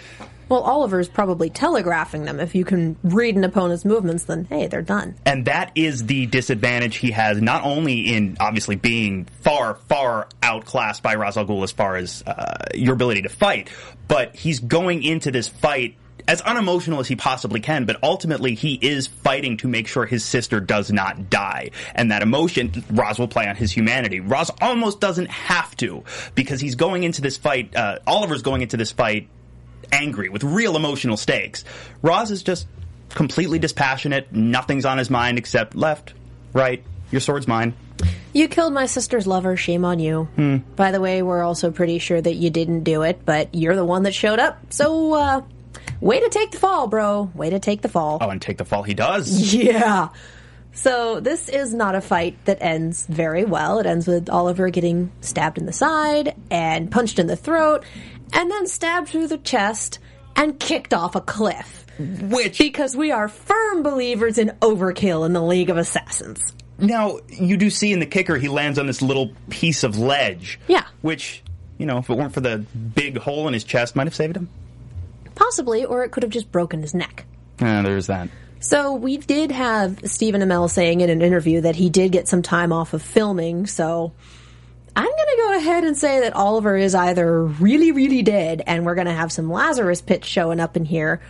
S2: Well, Oliver's probably telegraphing them. If you can read an opponent's movements, then hey, they're done.
S3: And that is the disadvantage he has, not only in obviously being far, far outclassed by Ra's al Ghul as far as uh, your ability to fight, but he's going into this fight as unemotional as he possibly can, but ultimately he is fighting to make sure his sister does not die. And that emotion, Ra's will play on his humanity. Ra's almost doesn't have to, because he's going into this fight, uh, Oliver's going into this fight angry with real emotional stakes. Roz is just completely dispassionate. Nothing's on his mind except left, right. Your sword's mine.
S2: You killed my sister's lover. Shame on you. By the way, we're also pretty sure that you didn't do it, but you're the one that showed up. So, uh, way to take the fall, bro. Way to take the fall.
S3: Oh, and take the fall he does.
S2: Yeah. So this is not a fight that ends very well. It ends with Oliver getting stabbed in the side and punched in the throat and then stabbed through the chest and kicked off a cliff.
S3: Which
S2: because we are firm believers in overkill in the League of Assassins.
S3: now you do see in the kicker, he lands on this little piece of ledge.
S2: Yeah.
S3: Which you know, if it weren't for the big hole in his chest, might have saved him.
S2: Possibly, or it could have just broken his neck.
S3: Yeah, Eh, there's that.
S2: So we did have Stephen Amell saying in an interview that he did get some time off of filming, so I'm going to go ahead and say that Oliver is either really, really dead and we're going to have some Lazarus pit showing up in here,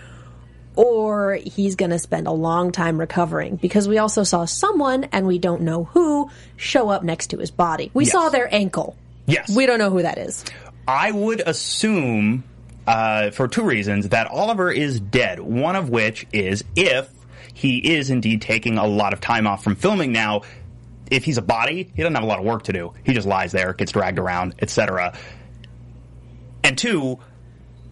S2: or he's going to spend a long time recovering because we also saw someone, and we don't know who, show up next to his body. We
S3: Yes.
S2: saw their ankle.
S3: Yes.
S2: We don't know who that is.
S3: I would assume uh, for two reasons that Oliver is dead, one of which is if he is indeed taking a lot of time off from filming now. If he's a body, he doesn't have a lot of work to do. He just lies there, gets dragged around, etc. And two,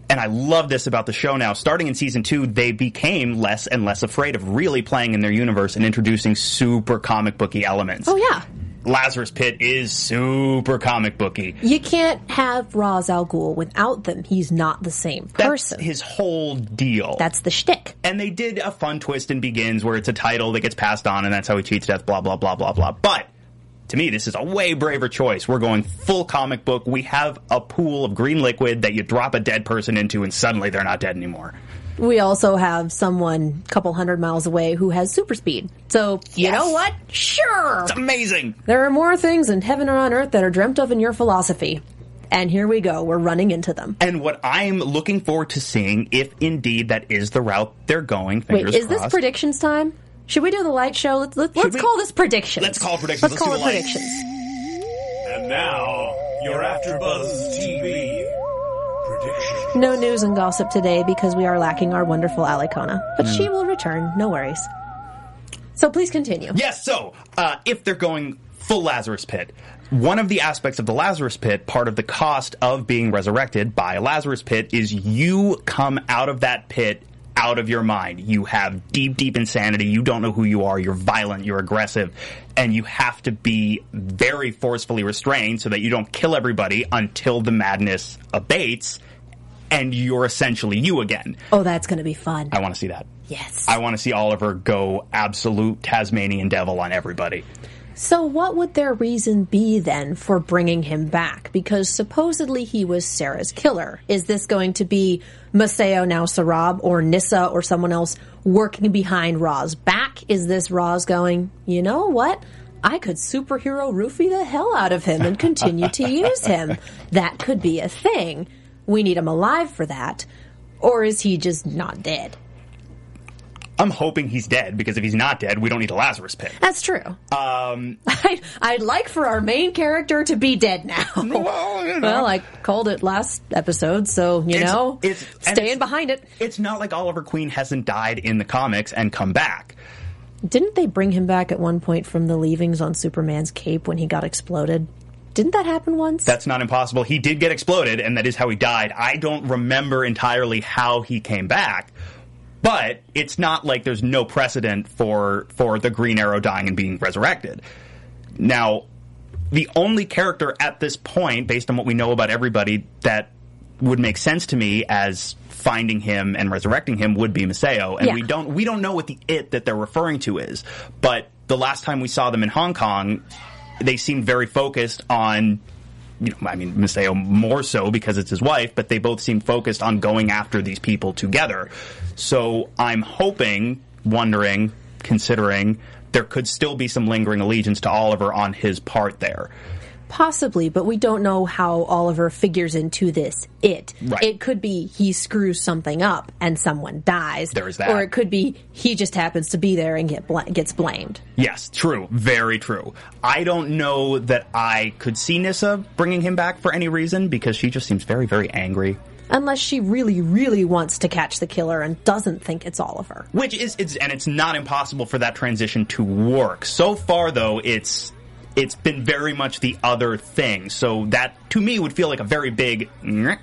S3: and I love this about the show now. Starting in season two, they became less and less afraid of really playing in their universe and introducing super comic booky elements.
S2: Oh, yeah.
S3: Lazarus Pit is super comic booky.
S2: You can't have Ra's al Ghul without them. He's not the same
S3: That's
S2: person.
S3: his whole deal.
S2: That's the shtick.
S3: and they did a fun twist in Begins where it's a title that gets passed on and that's how he cheats death, blah, blah, blah, blah, blah. But to me, this is a way braver choice. We're going full comic book. We have a pool of green liquid that you drop a dead person into and suddenly they're not dead anymore.
S2: We also have someone a couple hundred miles away who has super speed. So, you
S3: Yes.
S2: know what? Sure.
S3: It's amazing.
S2: There are more things in heaven or on earth that are dreamt of in your philosophy. And here we go. We're running into them.
S3: And what I'm looking forward to seeing if indeed that is the route they're going.
S2: Wait,
S3: Fingers
S2: is this
S3: crossed.
S2: predictions time? Should we do the light show? Let's, let's, let's
S3: we-
S2: call this predictions.
S3: Let's call it predictions.
S2: Let's call
S3: Let's
S2: it
S3: do the light.
S2: predictions.
S4: And now, your AfterBuzz TV prediction.
S2: No news and gossip today because we are lacking our wonderful Alicona. But she will return. No worries. So please continue.
S3: Yes, so uh, if they're going full Lazarus pit, one of the aspects of the Lazarus pit, part of the cost of being resurrected by a Lazarus pit, is you come out of that pit out of your mind. You have deep, deep insanity. You don't know who you are. You're violent. You're aggressive. And you have to be very forcefully restrained so that you don't kill everybody until the madness abates and you're essentially you again.
S2: Oh, that's going to be fun.
S3: I want to see that.
S2: Yes.
S3: I want to see Oliver go absolute Tasmanian devil on everybody.
S2: So, what would their reason be then for bringing him back? Because supposedly he was Sarah's killer. Is this going to be Maseo now Sarab or Nissa or someone else working behind Ra's back? Is this Ra's going, you know what? I could superhero roofie the hell out of him and continue to use him. That could be a thing. We need him alive for that. Or is he just not dead?
S3: I'm hoping he's dead because if he's not dead, we don't need a Lazarus pit.
S2: That's true. Um, I, I'd like for our main character to be dead now.
S3: Well, you know.
S2: Well, I called it last episode, so you
S3: It's-
S2: know,
S3: it's- and
S2: staying
S3: it's-
S2: behind it.
S3: It's not like Oliver Queen hasn't died in the comics and come back.
S2: Didn't they bring him back at one point from the leavings on Superman's cape when he got exploded? Didn't that happen once?
S3: That's not impossible. He did get exploded, and that is how he died. I don't remember entirely how he came back, but it's not like there's no precedent for for the Green Arrow dying and being resurrected. Now, the only character at this point, based on what we know about everybody, that would make sense to me as finding him and resurrecting him would be Maseo, and
S2: Yeah.
S3: we don't we don't know what the it that they're referring to is. But the last time we saw them in Hong Kong, they seemed very focused on. You know, I mean, Maseo more so because it's his wife, but they both seem focused on going after these people together. So I'm hoping, wondering, considering there could still be some lingering allegiance to Oliver on his part there.
S2: Possibly, but we don't know how Oliver figures into this it.
S3: Right.
S2: It could be he screws something up and someone dies.
S3: There is that.
S2: Or it could be he just happens to be there and get bl- gets blamed.
S3: Yes, true. Very true. I don't know that I could see Nissa bringing him back for any reason because she just seems very, very angry.
S2: Unless she really, really wants to catch the killer and doesn't think it's Oliver.
S3: Which is, it's, and it's not impossible for that transition to work. So far, though, it's it's been very much the other thing. So that to me would feel like a very big. "Nyeh."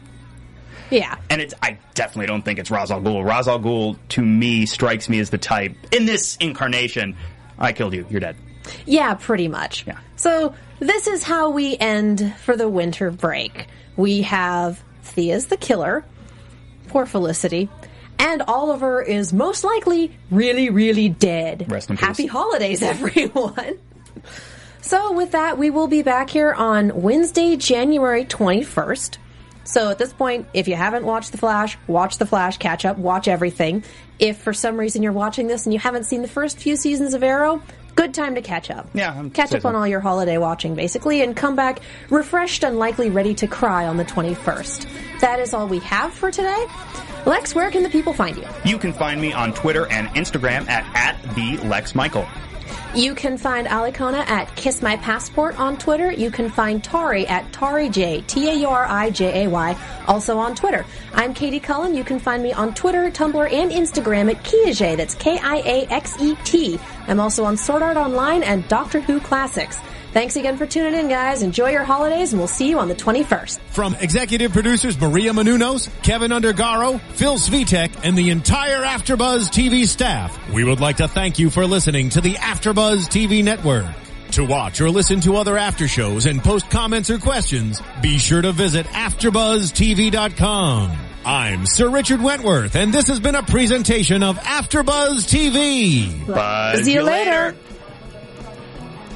S2: Yeah.
S3: And it's I definitely don't think it's Ra's al Ghul. Ra's al Ghul to me strikes me as the type in this incarnation. I killed you. You're dead.
S2: Yeah, pretty much.
S3: Yeah.
S2: So this is how we end for the winter break. We have Thea's the killer, poor Felicity, and Oliver is most likely really, really dead.
S3: Rest in peace.
S2: Happy holidays, everyone. So with that, we will be back here on Wednesday, January twenty first. So at this point, if you haven't watched The Flash, watch The Flash, catch up, watch everything. If for some reason you're watching this and you haven't seen the first few seasons of Arrow, good time to catch up.
S3: Yeah, I'm
S2: catch up
S3: certain.
S2: on all your holiday watching basically and come back refreshed and likely ready to cry on the 21st. That is all we have for today. Lex, where can the people find you?
S3: You can find me on Twitter and Instagram at, at the Lex Michael.
S2: You can find Alicona at Kiss My Passport on Twitter. You can find Tari at Tari J, T A R I J A Y, also on Twitter. I'm Katie Cullen. You can find me on Twitter, Tumblr, and Instagram at Kiaxet. That's K I A X E T. I'm also on Sword Art Online and Doctor Who Classics. Thanks again for tuning in, guys. Enjoy your holidays, and we'll see you on the 21st.
S1: From executive producers Maria Menounos, Kevin Undergaro, Phil Svitek, and the entire AfterBuzz TV staff, we would like to thank you for listening to the AfterBuzz TV network. To watch or listen to other after shows and post comments or questions, be sure to visit AfterBuzzTV.com. I'm Sir Richard Wentworth, and this has been a presentation of AfterBuzz TV.
S3: Buzz
S2: See you later.